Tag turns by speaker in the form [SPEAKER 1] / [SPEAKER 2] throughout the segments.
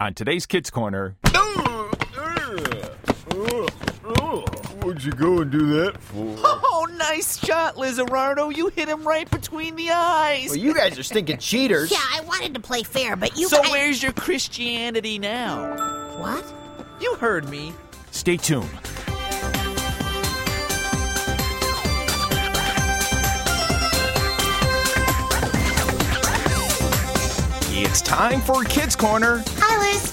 [SPEAKER 1] On today's Kids Corner,
[SPEAKER 2] What'd you go and do that for?
[SPEAKER 3] Oh, nice shot, Lizarardo. You hit him right between the eyes.
[SPEAKER 4] Well, you guys are stinking cheaters.
[SPEAKER 5] Yeah, I wanted to play fair, but you
[SPEAKER 3] so
[SPEAKER 5] guys...
[SPEAKER 3] where's your Christianity now?
[SPEAKER 5] What?
[SPEAKER 3] You heard me.
[SPEAKER 1] stay tuned. It's time for Kids Corner
[SPEAKER 5] Hi, Liz.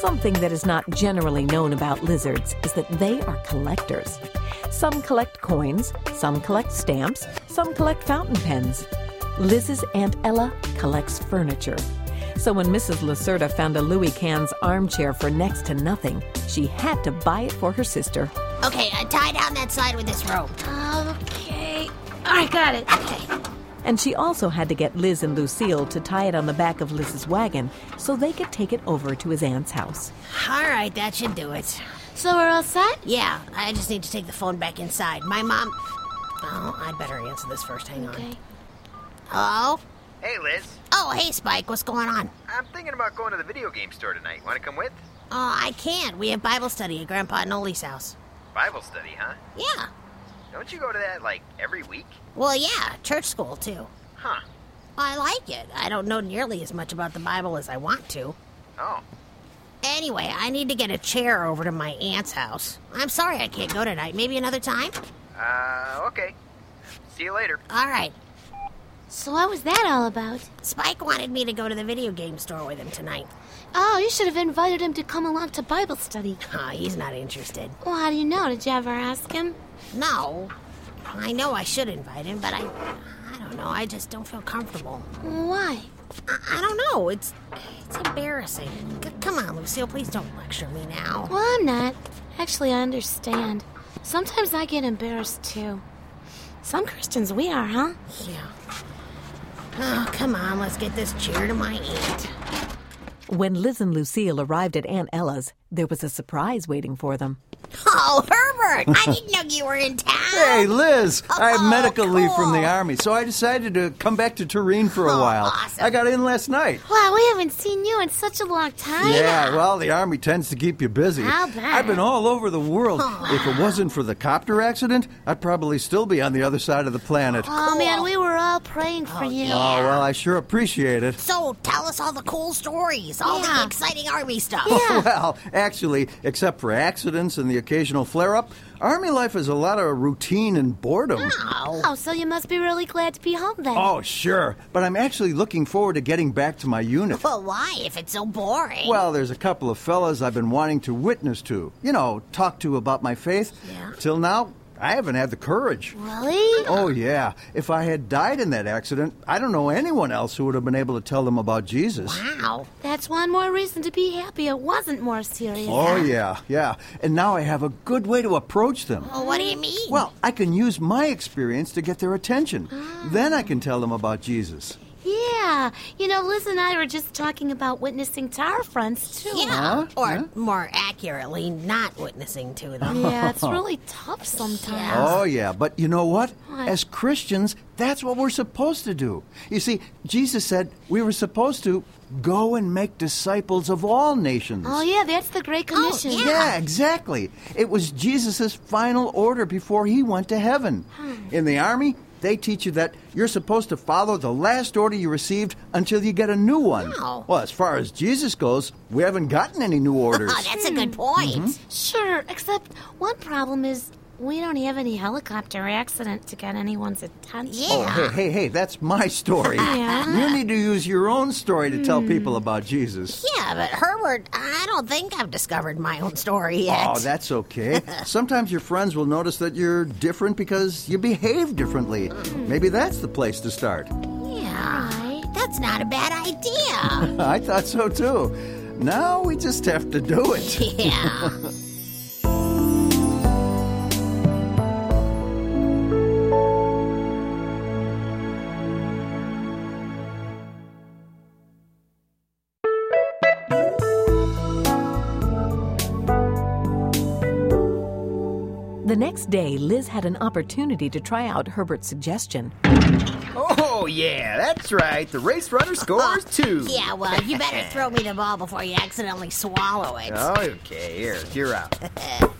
[SPEAKER 6] Something that is not generally known about lizards is that they are collectors. Some collect coins, some collect stamps, some collect fountain pens. Liz's Aunt Ella collects furniture. So when Mrs. Lacerda found a Louis Can's armchair for next to nothing, she had to buy it for her sister.
[SPEAKER 5] Okay, uh, tie down that side with this rope.
[SPEAKER 7] Okay. I got it.
[SPEAKER 5] Okay.
[SPEAKER 6] And she also had to get Liz and Lucille to tie it on the back of Liz's wagon so they could take it over to his aunt's house.
[SPEAKER 5] All right, that should do it.
[SPEAKER 7] So we're all set?
[SPEAKER 5] Yeah, I just need to take the phone back inside. My mom... Oh, I'd better answer this first. Hang on.
[SPEAKER 7] Okay.
[SPEAKER 5] Hello?
[SPEAKER 4] Hey, Liz.
[SPEAKER 5] Oh, hey, Spike. What's going on?
[SPEAKER 4] I'm thinking about going to the video game store tonight. Want to come with?
[SPEAKER 5] Oh, I can't. We have Bible study at Grandpa Noli's house.
[SPEAKER 4] Bible study, huh?
[SPEAKER 5] Yeah.
[SPEAKER 4] Don't you go to that, like, every week?
[SPEAKER 5] Well, yeah, church school, too.
[SPEAKER 4] Huh.
[SPEAKER 5] I like it. I don't know nearly as much about the Bible as I want to.
[SPEAKER 4] Oh.
[SPEAKER 5] Anyway, I need to get a chair over to my aunt's house. I'm sorry I can't go tonight. Maybe another time?
[SPEAKER 4] Uh, okay. See you later.
[SPEAKER 5] All right.
[SPEAKER 7] So what was that all about?
[SPEAKER 5] Spike wanted me to go to the video game store with him tonight.
[SPEAKER 7] Oh, you should have invited him to come along to Bible study.
[SPEAKER 5] Ah, he's not interested.
[SPEAKER 7] Well, how do you know? Did you ever ask him?
[SPEAKER 5] No. I know I should invite him, but I I don't know. I just don't feel comfortable.
[SPEAKER 7] Why?
[SPEAKER 5] I, I don't know. It's it's embarrassing. C- come on, Lucille, please don't lecture me now.
[SPEAKER 7] Well, I'm not. Actually, I understand. Sometimes I get embarrassed too. Some Christians we are, huh?
[SPEAKER 5] Yeah. Oh, come on. Let's get this chair to my aunt.
[SPEAKER 6] When Liz and Lucille arrived at Aunt Ella's, there was a surprise waiting for them.
[SPEAKER 5] Oh, Herbert! I didn't know you were in town.
[SPEAKER 8] Hey, Liz, I have
[SPEAKER 5] Oh,
[SPEAKER 8] medical leave from the
[SPEAKER 5] cool.
[SPEAKER 8] Army, so I decided to come back to Turin for a
[SPEAKER 5] Oh,
[SPEAKER 8] while.
[SPEAKER 5] awesome.
[SPEAKER 8] I got in last night.
[SPEAKER 7] Wow, we haven't seen you in such a long time.
[SPEAKER 8] Yeah, well, the Army tends to keep you busy.
[SPEAKER 7] How bad.
[SPEAKER 8] I've been all over the world.
[SPEAKER 5] Oh,
[SPEAKER 8] If it wasn't for the copter accident, I'd probably still be on the other side of the planet. Oh,
[SPEAKER 7] Oh man, we were all praying for you.
[SPEAKER 8] well, I sure appreciate it.
[SPEAKER 5] So tell us all the cool stories, all
[SPEAKER 7] Yeah.
[SPEAKER 5] the exciting army stuff.
[SPEAKER 8] Well, actually, except for accidents and the occasional flare up, Army life is a lot of routine and boredom.
[SPEAKER 7] Oh, so you must be really glad to be home then.
[SPEAKER 8] Oh, sure. But I'm actually looking forward to getting back to my unit.
[SPEAKER 5] But why if it's so boring?
[SPEAKER 8] Well, there's a couple of fellas I've been wanting to witness to, you know, talk to about my faith.
[SPEAKER 5] Yeah.
[SPEAKER 8] Till now, I haven't had the courage.
[SPEAKER 7] Really?
[SPEAKER 8] Oh, yeah. If I had died in that accident, I don't know anyone else who would have been able to tell them about Jesus.
[SPEAKER 5] wow.
[SPEAKER 7] That's one more reason to be happy it wasn't more serious.
[SPEAKER 8] Oh, yeah, yeah. And now I have a good way to approach them.
[SPEAKER 5] Well, what do you mean?
[SPEAKER 8] Well, I can use my experience to get their attention.
[SPEAKER 5] Ah.
[SPEAKER 8] Then I can tell them about Jesus.
[SPEAKER 7] Yeah. You know, Liz and I were just talking about witnessing to our friends, too.
[SPEAKER 5] yeah. Or more accurately, not witnessing to them.
[SPEAKER 8] Uh-huh.
[SPEAKER 7] Yeah, it's really tough sometimes.
[SPEAKER 8] Oh, yeah, but you know what? As Christians, that's what we're supposed to do. You see, Jesus said we were supposed to go and make disciples of all nations.
[SPEAKER 7] Oh, yeah, that's the Great Commission.
[SPEAKER 5] yeah.
[SPEAKER 8] Yeah, exactly. It was Jesus' final order before he went to heaven. In the army, they teach you that you're supposed to follow the last order you received until you get a new one.
[SPEAKER 5] Wow.
[SPEAKER 8] Well, as far as Jesus goes, we haven't gotten any new orders. Mm-hmm.
[SPEAKER 5] Oh, that's a good point.
[SPEAKER 7] Sure, except one problem is we don't have any helicopter accident to get anyone's attention.
[SPEAKER 5] Yeah.
[SPEAKER 8] Oh, hey, hey, hey, that's my story. You need to use your own story to
[SPEAKER 9] Hmm.
[SPEAKER 8] tell people about Jesus.
[SPEAKER 5] Yeah, but Herbert, I don't think I've discovered my own story yet.
[SPEAKER 8] Oh, that's okay. Sometimes your friends will notice that you're different because you behave differently. Maybe that's the place to start.
[SPEAKER 5] yeah. That's not a bad idea.
[SPEAKER 8] I thought so too. Now we just have to do it.
[SPEAKER 5] yeah.
[SPEAKER 6] The next day, Liz had an opportunity to try out Herbert's suggestion.
[SPEAKER 10] Oh, yeah, that's right. The race runner scores
[SPEAKER 9] Uh,
[SPEAKER 10] two.
[SPEAKER 5] Yeah, well, you better throw me the ball before you accidentally swallow it.
[SPEAKER 10] Okay, here, you're out.
[SPEAKER 5] Here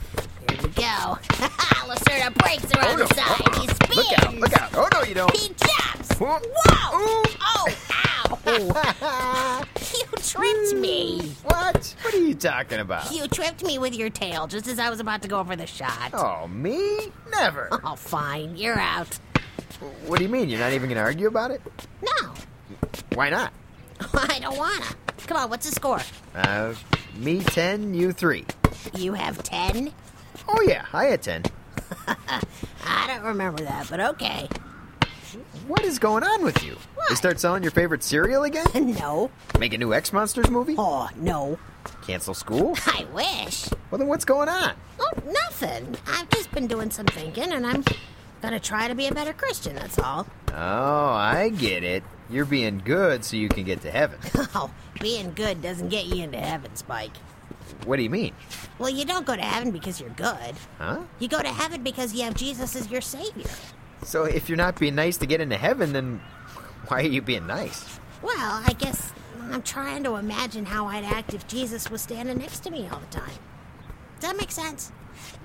[SPEAKER 5] we go. Lacerda breaks her on the side. He spins.
[SPEAKER 10] Oh, Uh-uh. Look out, look out. Oh, no, you don't.
[SPEAKER 5] He jumps.
[SPEAKER 10] Whoop.
[SPEAKER 5] Whoa! Oh,
[SPEAKER 10] Oh.
[SPEAKER 5] ow! you tripped me.
[SPEAKER 10] What? What are you talking about?
[SPEAKER 5] You tripped me with your tail just as I was about to go for the shot.
[SPEAKER 10] Oh, me? Never.
[SPEAKER 5] Oh, fine. You're out.
[SPEAKER 10] What do you mean? You're not even going to argue about it?
[SPEAKER 5] No,
[SPEAKER 10] Why not?
[SPEAKER 5] I don't wanna. Come on, what's the score?
[SPEAKER 10] Uh, me 10, you 3.
[SPEAKER 5] You have 10?
[SPEAKER 10] Oh, yeah, I had 10.
[SPEAKER 5] I don't remember that, but okay.
[SPEAKER 10] What is going on with you? They start selling your favorite cereal again?
[SPEAKER 5] No.
[SPEAKER 10] Make a new X Monsters movie?
[SPEAKER 5] Oh, no.
[SPEAKER 10] Cancel school?
[SPEAKER 5] I wish.
[SPEAKER 10] Well, then what's going on?
[SPEAKER 5] Oh, nothing. I've just been doing some thinking, and I'm gonna try to be a better Christian, that's all.
[SPEAKER 10] Oh, I get it. You're being good so you can get to heaven.
[SPEAKER 5] Oh, being good doesn't get you into heaven, Spike.
[SPEAKER 10] What do you mean?
[SPEAKER 5] Well, you don't go to heaven because you're good.
[SPEAKER 10] Huh?
[SPEAKER 5] You go to heaven because you have Jesus as your Savior.
[SPEAKER 10] So if you're not being nice to get into heaven, then why are you being nice?
[SPEAKER 5] Well, I guess I'm trying to imagine how I'd act if Jesus was standing next to me all the time. Does that make sense?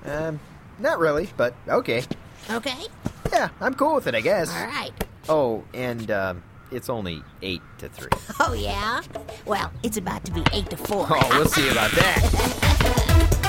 [SPEAKER 10] Um, not really, but okay.
[SPEAKER 5] Okay?
[SPEAKER 10] Yeah, I'm cool with it, I guess.
[SPEAKER 5] All right.
[SPEAKER 10] Oh, and um, it's only 8 to 3.
[SPEAKER 5] Oh, yeah? Well, it's about to be 8 to 4.
[SPEAKER 10] Oh, we'll see about that.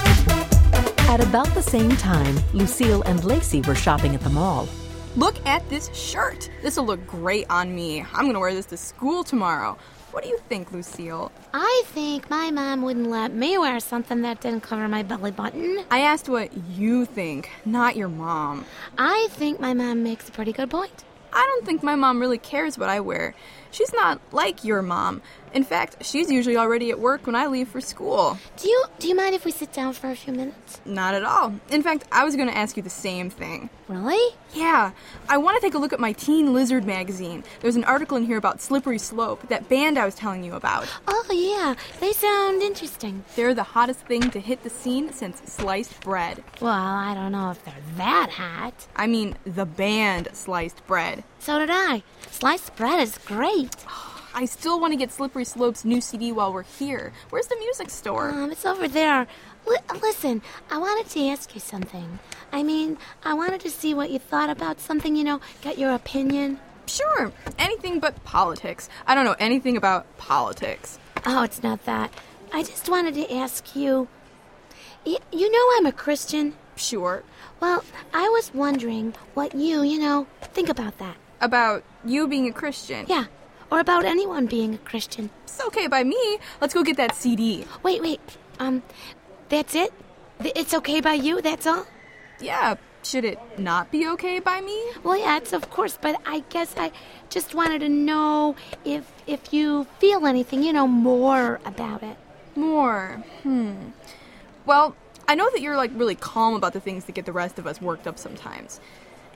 [SPEAKER 6] At about the same time, Lucille and Lacey were shopping at the mall.
[SPEAKER 9] Look at this shirt. This will look great on me. I'm gonna wear this to school tomorrow. What do you think, Lucille?
[SPEAKER 7] I think my mom wouldn't let me wear something that didn't cover my belly button.
[SPEAKER 9] I asked what you think, not your mom.
[SPEAKER 7] I think my mom makes a pretty good point.
[SPEAKER 9] I don't think my mom really cares what I wear. She's not like your mom. In fact, she's usually already at work when I leave for school.
[SPEAKER 7] Do you do you mind if we sit down for a few minutes?
[SPEAKER 9] Not at all. In fact, I was gonna ask you the same thing.
[SPEAKER 7] Really?
[SPEAKER 9] Yeah, I want to take a look at my Teen Lizard magazine. There's an article in here about Slippery Slope, that band I was telling you about.
[SPEAKER 7] Oh yeah, they sound interesting.
[SPEAKER 9] They're the hottest thing to hit the scene since sliced bread.
[SPEAKER 7] Well, I don't know if they're that hot.
[SPEAKER 9] I mean, the band sliced bread.
[SPEAKER 7] So did I. Sliced bread is great.
[SPEAKER 9] I still want to get Slippery Slope's new CD while we're here. Where's the music store?
[SPEAKER 7] Um, it's over there. Li- listen, I wanted to ask you something. I mean, I wanted to see what you thought about something, you know, get your opinion.
[SPEAKER 9] Sure, anything but politics. I don't know anything about politics.
[SPEAKER 7] Oh, it's not that. I just wanted to ask you. Y- you know I'm a Christian.
[SPEAKER 9] Sure.
[SPEAKER 7] Well, I was wondering what you, you know, think about that.
[SPEAKER 9] About you being a Christian.
[SPEAKER 7] Yeah, or about anyone being a Christian.
[SPEAKER 9] It's okay by me. Let's go get that CD.
[SPEAKER 7] Wait, wait. Um, that's it? Th- It's okay by you, that's all?
[SPEAKER 9] Yeah, should it not be okay by me?
[SPEAKER 7] Well, yeah, it's of course, but I guess I just wanted to know if if you feel anything, you know, more about it.
[SPEAKER 9] More. Hmm. Well, I know that you're like really calm about the things that get the rest of us worked up sometimes.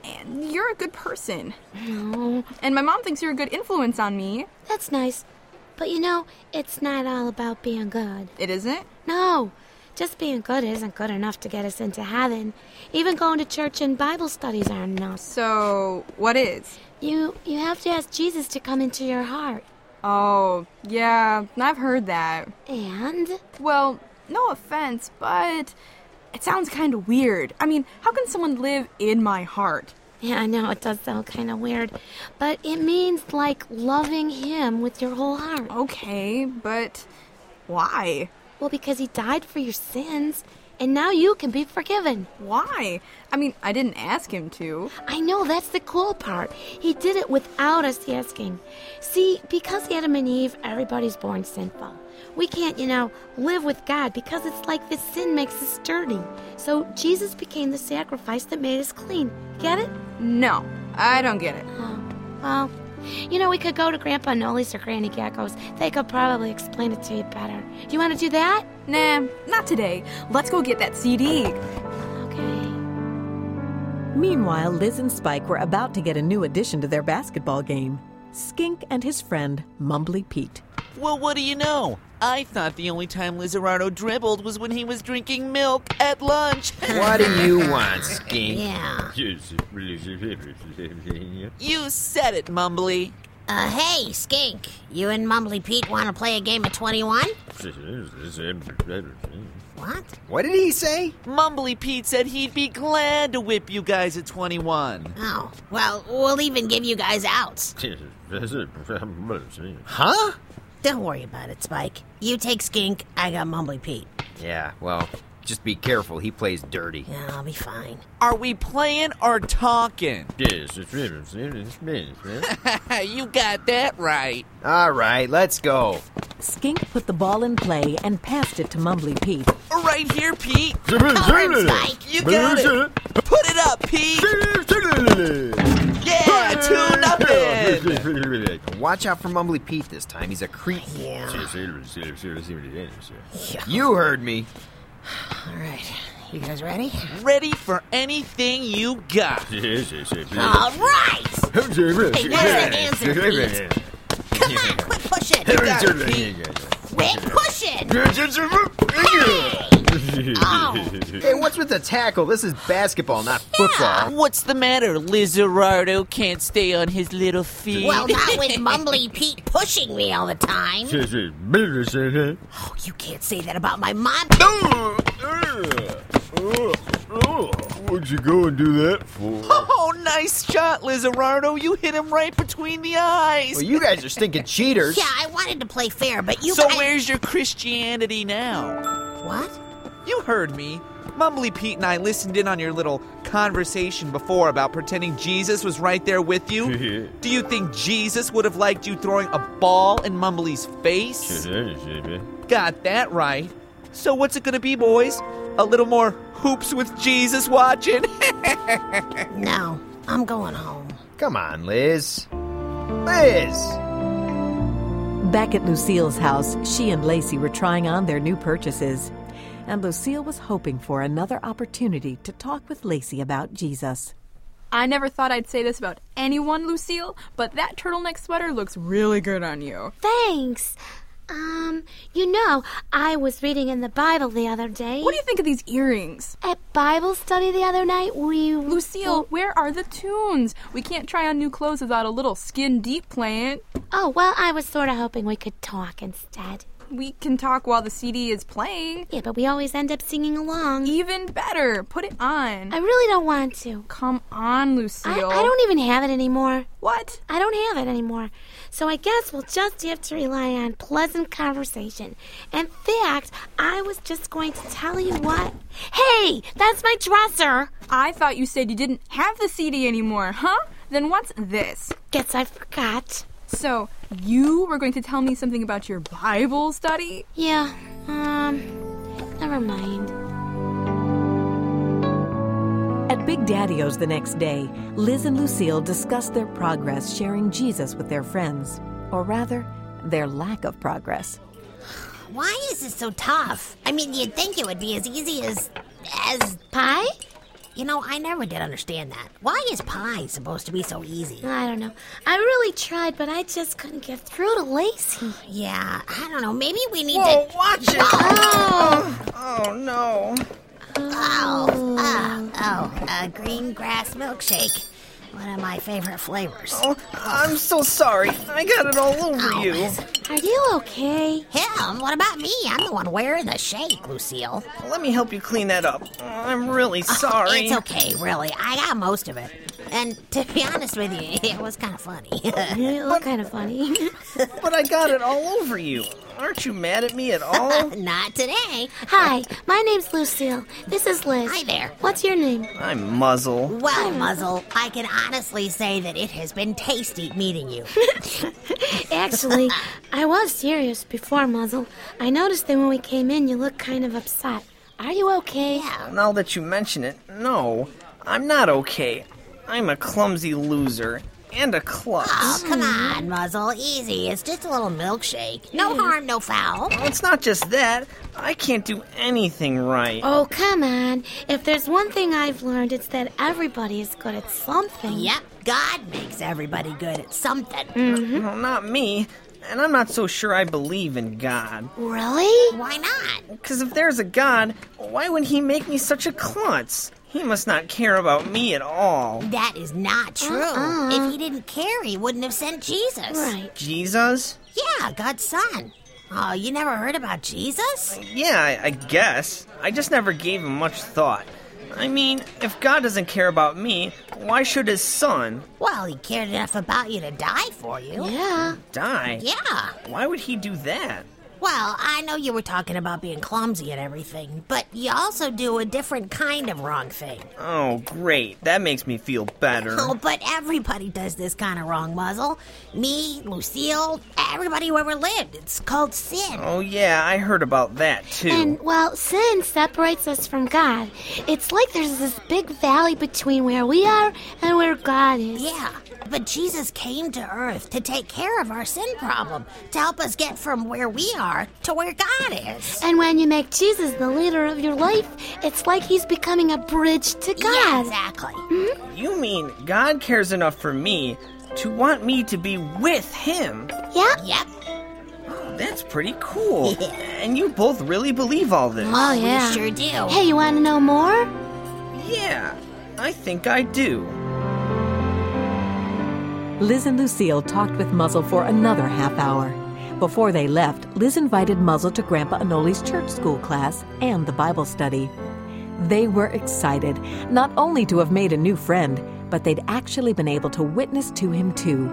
[SPEAKER 9] And you're a good person.
[SPEAKER 7] No,
[SPEAKER 9] And my mom thinks you're a good influence on me.
[SPEAKER 7] that's nice. But you know, it's not all about being good.
[SPEAKER 9] It isn't?
[SPEAKER 7] No, just being good isn't good enough to get us into heaven. Even going to church and Bible studies aren't enough.
[SPEAKER 9] So, what is?
[SPEAKER 7] You you have to ask Jesus to come into your heart.
[SPEAKER 9] Oh, yeah, I've heard that.
[SPEAKER 7] And
[SPEAKER 9] Well, no offense, but it sounds kind of weird. I mean, how can someone live in my heart?
[SPEAKER 7] yeah, I know it does sound kind of weird, but it means like loving him with your whole heart.
[SPEAKER 9] Okay, but why?
[SPEAKER 7] Well, because he died for your sins, and now you can be forgiven.
[SPEAKER 9] Why? I mean, I didn't ask him to.
[SPEAKER 7] I know that's the cool part. He did it without us asking. See, because Adam and Eve, everybody's born sinful. We can't, you know, live with God because it's like this sin makes us dirty. So Jesus became the sacrifice that made us clean. Get it?
[SPEAKER 9] No, I don't get it.
[SPEAKER 7] Well, you know, we could go to Grandpa Nolly's or Granny Gecko's. They could probably explain it to you better. Do you want to do that?
[SPEAKER 9] Nah, not today. Let's go get that CD.
[SPEAKER 7] Okay.
[SPEAKER 6] Meanwhile, Liz and Spike were about to get a new addition to their basketball game Skink and his friend, Mumbly Pete.
[SPEAKER 3] Well, what do you know? I thought the only time Lizardo dribbled was when he was drinking milk at lunch.
[SPEAKER 10] What do you want, Skink?
[SPEAKER 5] Yeah.
[SPEAKER 3] You said it, Mumbly.
[SPEAKER 5] Uh, hey, Skink. You and Mumbly Pete want to play a game of 21? What?
[SPEAKER 10] What did he say?
[SPEAKER 3] Mumbly Pete said he'd be glad to whip you guys at 21.
[SPEAKER 5] Oh, well, we'll even give you guys outs.
[SPEAKER 10] Huh?
[SPEAKER 5] Don't worry about it, Spike. You take Skink, I got Mumbly Pete.
[SPEAKER 10] Yeah, well, just be careful. He plays dirty.
[SPEAKER 5] Yeah, I'll be fine.
[SPEAKER 3] Are we playing or talking? you got that right.
[SPEAKER 10] All right, let's go.
[SPEAKER 6] Skink put the ball in play and passed it to Mumbly Pete.
[SPEAKER 3] Right here, Pete.
[SPEAKER 5] Arm Spike.
[SPEAKER 3] You got it. Put it up, Pete. Yeah, two nothing.
[SPEAKER 10] Watch out for Mumbly Pete this time. He's a creep.
[SPEAKER 5] Yeah.
[SPEAKER 10] You heard me.
[SPEAKER 5] All right. You guys ready?
[SPEAKER 3] Ready for anything you got.
[SPEAKER 5] All right. Hey, what's that answer, Pete? Come on, quit pushing. Quit pushing.
[SPEAKER 10] Hey, what's with the tackle? This is basketball, not football.
[SPEAKER 3] What's the matter? Lizardo can't stay on his little feet.
[SPEAKER 5] Well, not with Mumbly Pete pushing me all the time. Oh, you can't say that about my mom.
[SPEAKER 2] What'd you go and do that for?
[SPEAKER 3] Oh, nice shot, Lizardo. You hit him right between the eyes.
[SPEAKER 10] Well, you guys are stinking cheaters.
[SPEAKER 5] Yeah, I wanted to play fair, but you
[SPEAKER 3] so
[SPEAKER 5] guys...
[SPEAKER 3] where's your Christianity now?
[SPEAKER 5] What?
[SPEAKER 3] You heard me. Mumbly Pete and I listened in on your little conversation before about pretending Jesus was right there with you. Do you think Jesus would have liked you throwing a ball in Mumbly's face? Got that right. So what's it gonna be, boys? A little more hoops with Jesus watching?
[SPEAKER 5] No, I'm going home.
[SPEAKER 10] Come on, Liz. Liz!
[SPEAKER 6] Back at Lucille's house, she and Lacey were trying on their new purchases. And Lucille was hoping for another opportunity to talk with Lacey about Jesus.
[SPEAKER 9] I never thought I'd say this about anyone, Lucille, but that turtleneck sweater looks really good on you.
[SPEAKER 7] Thanks. Um, you know, I was reading in the Bible the other day.
[SPEAKER 9] What do you think of these e- earrings?
[SPEAKER 7] At Bible study the other night, we.
[SPEAKER 9] Lucille, where are the tunes? We can't try on new clothes without a little skin deep playing.
[SPEAKER 7] Oh, well, I was sort of hoping we could talk instead.
[SPEAKER 9] We can talk while the CD is playing.
[SPEAKER 7] Yeah, but we always end up singing along.
[SPEAKER 9] Even better, put it on.
[SPEAKER 7] I really don't want to.
[SPEAKER 9] Come on, Lucille.
[SPEAKER 7] I, I don't even have it anymore.
[SPEAKER 9] What?
[SPEAKER 7] I don't have it anymore. So I guess we'll just have to rely on pleasant conversation. In fact, I was just going to tell you what. Hey, that's my dresser!
[SPEAKER 9] I thought you said you didn't have the CD anymore, huh? Then what's this?
[SPEAKER 7] Guess I forgot.
[SPEAKER 9] So, you were going to tell me something about your Bible study?
[SPEAKER 7] Yeah, um, never mind.
[SPEAKER 6] At Big Daddy-O's the next day, Liz and Lucille discussed their progress sharing Jesus with their friends, or rather, their lack of progress.
[SPEAKER 5] Why is this so tough? I mean, you'd think it would be as easy as. as.
[SPEAKER 7] Pie?
[SPEAKER 5] You know, I never did understand that. Why is pie supposed to be so easy?
[SPEAKER 7] I don't know. I really tried, but I just couldn't get through to Lacey.
[SPEAKER 5] Yeah, I don't know. Maybe we need
[SPEAKER 3] Oh,
[SPEAKER 5] to.
[SPEAKER 3] watch it. Oh, no.
[SPEAKER 5] Oh, oh, oh, a green grass milkshake. One of my favorite flavors.
[SPEAKER 3] Oh, I'm so sorry. I got it all over
[SPEAKER 5] Oh,
[SPEAKER 3] you.
[SPEAKER 5] listen.
[SPEAKER 7] Are you okay?
[SPEAKER 5] Him? What about me? I'm the one wearing the shake, Lucille.
[SPEAKER 3] Let me help you clean that up. I'm really sorry.
[SPEAKER 5] It's okay, really. I got most of it. And to be honest with you, it was kind of funny.
[SPEAKER 7] You look kind of funny.
[SPEAKER 3] But I got it all over you. Aren't you mad at me at all?
[SPEAKER 5] Not today.
[SPEAKER 7] Hi, my name's Lucille. This is Liz.
[SPEAKER 5] Hi there.
[SPEAKER 7] What's your name?
[SPEAKER 3] I'm Muzzle.
[SPEAKER 5] Well, Muzzle, I can honestly say that it has been tasty meeting you.
[SPEAKER 7] Actually, I was serious before, Muzzle. I noticed that when we came in, you looked kind of upset. Are you okay?
[SPEAKER 5] Yeah.
[SPEAKER 11] Now that you mention it, no, I'm not okay. I'm a clumsy loser and a klutz.
[SPEAKER 5] Oh, come on, Muzzle. Easy. It's just a little milkshake. No harm, no foul.
[SPEAKER 11] Well, it's not just that. I can't do anything right.
[SPEAKER 7] Oh, come on. If there's one thing I've learned, it's that everybody is good at something.
[SPEAKER 5] Yep, God makes everybody good at something.
[SPEAKER 11] No, not me. and I'm not so sure I believe in God.
[SPEAKER 5] Really?
[SPEAKER 11] Why not? Because if there's a God, why would he make me such a klutz? He must not care about me at all.
[SPEAKER 5] That is not true. If he didn't care, he wouldn't have sent Jesus.
[SPEAKER 11] Right. Jesus?
[SPEAKER 5] Yeah, God's son. Oh, you never heard about Jesus?
[SPEAKER 11] Yeah, I, I guess. I just never gave him much thought. I mean, if God doesn't care about me, why should his son
[SPEAKER 5] Well, he cared enough about you to die for you.
[SPEAKER 7] Yeah.
[SPEAKER 11] die?
[SPEAKER 5] Yeah.
[SPEAKER 11] Why would he do that?
[SPEAKER 5] Well, I know you were talking about being clumsy and everything, but you also do a different kind of wrong thing.
[SPEAKER 11] Oh, great. That makes me feel better.
[SPEAKER 5] Oh, but everybody does this kind of wrong, Muzzle. Me, Lucille, everybody who ever lived. It's called sin.
[SPEAKER 11] Oh, yeah, I heard about that, too.
[SPEAKER 7] And while sin separates us from God, it's like there's this big valley between where we are and where God is.
[SPEAKER 5] Yeah, but Jesus came to earth to take care of our sin problem, to help us get from where we are to where God is.
[SPEAKER 7] And when you make Jesus the leader of your life, it's like he's becoming a bridge to God.
[SPEAKER 5] Yeah, exactly.
[SPEAKER 11] You mean God cares enough for me to want me to be with him?
[SPEAKER 7] Yep.
[SPEAKER 5] Yep.
[SPEAKER 11] Oh, That's pretty cool. And you both really believe all this.
[SPEAKER 7] Oh, yeah.
[SPEAKER 5] We sure do.
[SPEAKER 7] Hey, you want to know more?
[SPEAKER 11] Yeah, I think I do.
[SPEAKER 6] Liz and Lucille talked with Muzzle for another half hour. Before they left, Liz invited Muzzle to Grandpa Anoli's church school class and the Bible study. They were excited, not only to have made a new friend, but they'd actually been able to witness to him too.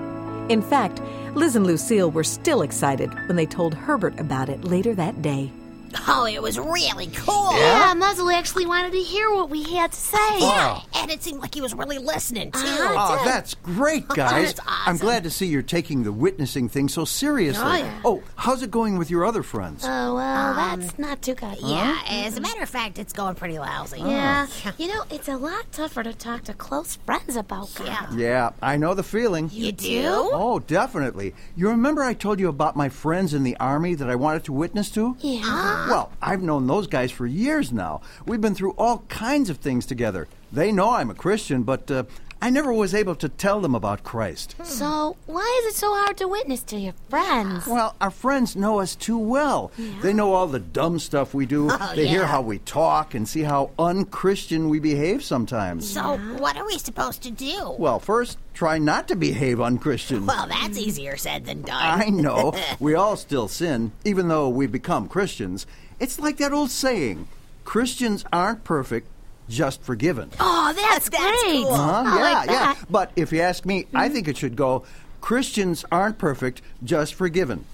[SPEAKER 6] In fact, Liz and Lucille were still excited when they told Herbert about it later that day.
[SPEAKER 5] Oh, it was really cool.
[SPEAKER 7] Yeah, Muzzle actually wanted to hear what we had to say.
[SPEAKER 8] Wow.
[SPEAKER 5] And it seemed like he was really listening, too.
[SPEAKER 8] Oh, that's great, guys.
[SPEAKER 5] That's
[SPEAKER 8] I'm glad to see you're taking the witnessing thing so seriously.
[SPEAKER 7] Oh, yeah.
[SPEAKER 8] oh, how's it going with your other friends?
[SPEAKER 7] Oh, well, that's not too good.
[SPEAKER 5] Yeah, as a matter of fact, it's going pretty lousy.
[SPEAKER 7] Yeah. You know, it's a lot tougher to talk to close friends about God. Yeah.
[SPEAKER 8] Yeah, I know the feeling.
[SPEAKER 5] You do?
[SPEAKER 8] Oh, definitely. You remember I told you about my friends in the Army that I wanted to witness to? Well, I've known those guys for years now. We've been through all kinds of things together. They know I'm a Christian, but uh, I never was able to tell them about Christ.
[SPEAKER 7] So, why is it so hard to witness to your friends?
[SPEAKER 8] Well, our friends know us too well. They know all the dumb stuff we do.
[SPEAKER 5] Oh,
[SPEAKER 8] they hear
[SPEAKER 5] yeah.
[SPEAKER 8] how we talk and see how unchristian we behave sometimes.
[SPEAKER 5] So, what are we supposed to do?
[SPEAKER 8] Well, first, try not to behave unchristian.
[SPEAKER 5] Well, that's easier said than done.
[SPEAKER 8] I know. we all still sin, even though we become Christians. It's like that old saying Christians aren't perfect, just forgiven.
[SPEAKER 7] Oh, that's, great.
[SPEAKER 5] cool.
[SPEAKER 8] Uh-huh,
[SPEAKER 7] I
[SPEAKER 8] yeah,
[SPEAKER 7] like
[SPEAKER 8] yeah.
[SPEAKER 7] that. Mm-hmm.
[SPEAKER 8] But if you ask me, I think it should go Christians aren't perfect, just forgiven.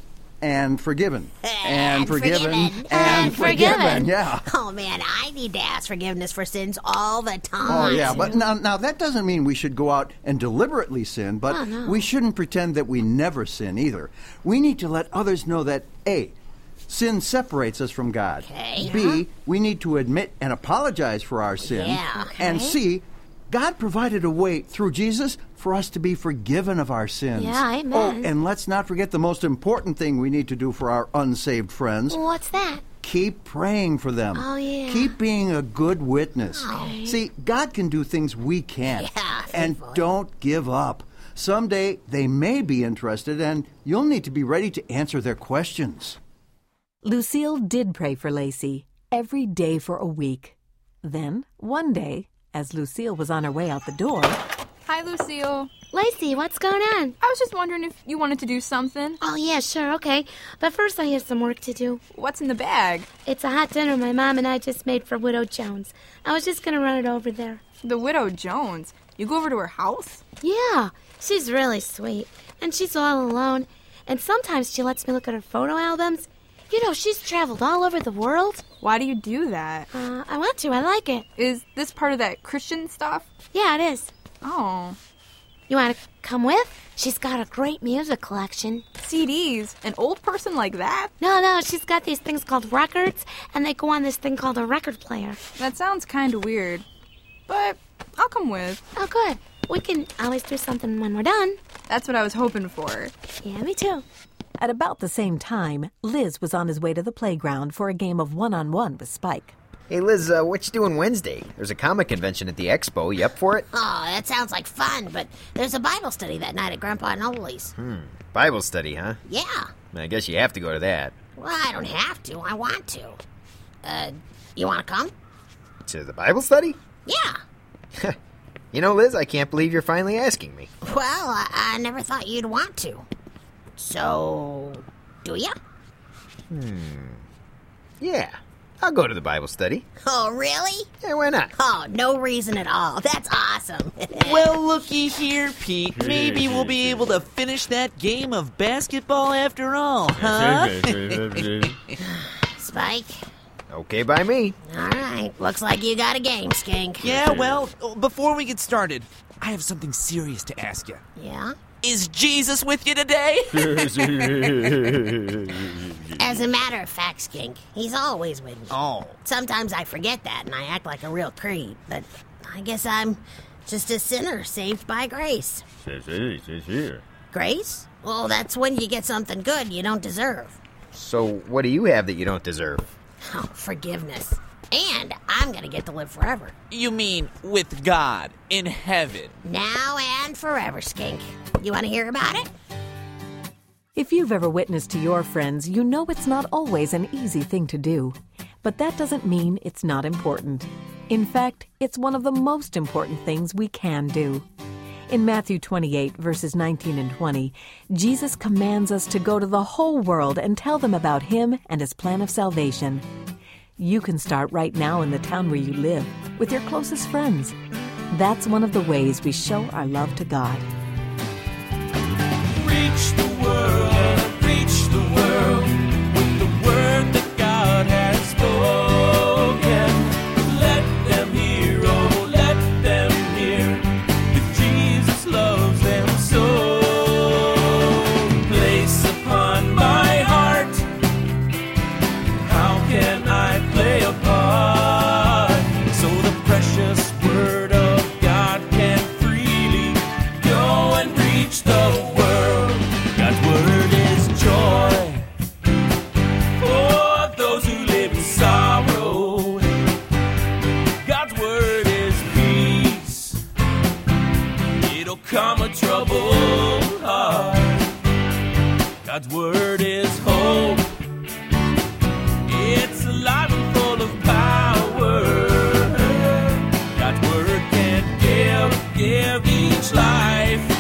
[SPEAKER 8] And forgiven. And forgiven.
[SPEAKER 5] forgiven.
[SPEAKER 7] And forgiven.
[SPEAKER 8] Yeah.
[SPEAKER 5] Oh, man, I need to ask forgiveness for sins all the
[SPEAKER 8] Oh,
[SPEAKER 5] time.
[SPEAKER 8] yeah. But now, now that doesn't mean we should go out and deliberately sin, but we shouldn't pretend that we never sin either. We need to let others know that A, sin separates us from God.
[SPEAKER 5] Okay.
[SPEAKER 8] B, we need to admit and apologize for our sin.
[SPEAKER 5] Yeah.
[SPEAKER 8] And C, God provided a way through Jesus for us to be forgiven of our sins.
[SPEAKER 7] Yeah, amen.
[SPEAKER 8] Oh, and let's not forget the most important thing we need to do for our unsaved friends
[SPEAKER 7] What's that?
[SPEAKER 8] keep praying for them.
[SPEAKER 7] Oh, yeah. Oh,
[SPEAKER 8] Keep being a good witness. See, God can do things we can't.
[SPEAKER 5] Yeah,
[SPEAKER 8] and don't give up. Someday they may be interested, and you'll need to be ready to answer their questions.
[SPEAKER 6] Lucille did pray for Lacey every day for a week. Then, one day, as Lucille was on her way out the door,
[SPEAKER 9] Hi, Lucille.
[SPEAKER 7] Lacey, what's going on?
[SPEAKER 9] I was just wondering if you wanted to do something.
[SPEAKER 7] Oh, yeah, sure, okay. But first, I have some work to do.
[SPEAKER 9] What's in the bag?
[SPEAKER 7] It's a hot dinner my mom and I just made for Widow Jones. I was just gonna run it over there.
[SPEAKER 9] The widow Jones. You go over to her house?
[SPEAKER 7] Yeah, she's really sweet. And she's all alone. And sometimes she lets me look at her photo albums. You know, she's traveled all over the world.
[SPEAKER 9] Why do you do that?
[SPEAKER 7] Uh, I want to, I like it.
[SPEAKER 9] Is this part of that Christian stuff?
[SPEAKER 7] Yeah, it is.
[SPEAKER 9] Oh.
[SPEAKER 7] You wanna come with? She's got a great music collection.
[SPEAKER 9] CDs? An old person like that?
[SPEAKER 7] No, no, she's got these things called records, and they go on this thing called a record player.
[SPEAKER 9] That sounds kind of weird. But I'll come with.
[SPEAKER 7] Oh, good. We can always do something when we're done.
[SPEAKER 9] That's what I was hoping for.
[SPEAKER 7] Yeah, me too.
[SPEAKER 6] at about the same time, Liz was on his way to the playground for a game of one on one with Spike.
[SPEAKER 10] Hey, Liz, uh, what you doing Wednesday? There's a comic convention at the expo. You up for it?
[SPEAKER 5] Oh, that sounds like fun, but there's a Bible study that night at Grandpa Nolly's.
[SPEAKER 10] Hmm. Bible study, huh?
[SPEAKER 5] Yeah.
[SPEAKER 10] I guess you have to go to that.
[SPEAKER 5] Well, I don't have to. I want to. Uh, you want to come?
[SPEAKER 10] To the Bible study?
[SPEAKER 5] Yeah.
[SPEAKER 10] You know, Liz, I can't believe you're finally asking me.
[SPEAKER 5] Well, I, I never thought you'd want to. So, do ya?
[SPEAKER 10] Hmm. Yeah. I'll go to the Bible study.
[SPEAKER 5] Oh, really?
[SPEAKER 10] Yeah, why not?
[SPEAKER 5] Oh, no reason at all. That's awesome.
[SPEAKER 3] well, looky here, Pete. Maybe we'll be able to finish that game of basketball after all, huh?
[SPEAKER 5] Spike,
[SPEAKER 10] okay by me.
[SPEAKER 5] all right. Looks like you got a game, Skink.
[SPEAKER 3] Yeah, well, before we get started, I have something serious to ask you.
[SPEAKER 5] Yeah?
[SPEAKER 3] Is Jesus with you today?
[SPEAKER 5] As a matter of fact, Skink, he's always with me.
[SPEAKER 3] oh.
[SPEAKER 5] Sometimes I forget that and I act like a real creep, but I guess I'm just a sinner saved by grace.
[SPEAKER 2] Says he, says here.
[SPEAKER 5] Grace? Well, that's when you get something good you don't deserve.
[SPEAKER 10] So, what do you have that you don't deserve?
[SPEAKER 5] Oh, forgiveness. And I'm gonna get to live forever.
[SPEAKER 3] You mean with God in heaven?
[SPEAKER 5] Now and forever, Skink. You wanna hear about it?
[SPEAKER 6] If you've ever witnessed to your friends, you know it's not always an easy thing to do. But that doesn't mean it's not important. In fact, it's one of the most important things we can do. In Matthew 28, verses 19 and 20, Jesus commands us to go to the whole world and tell them about Him and His plan of salvation. You can start right now in the town where you live with your closest friends. That's one of the ways we show our love to God.
[SPEAKER 12] Reach the world, reach the world with the word that God has spoken. Let them hear, oh, let them hear that Jesus loves them so. Place upon my heart, how can I play a part? So the precious word of God can freely go and reach the world. God's word is joy for those who live in sorrow. God's word is peace. It'll calm a troubled heart. God's word is hope. It's alive and full of power. God's word can give, give each life oh,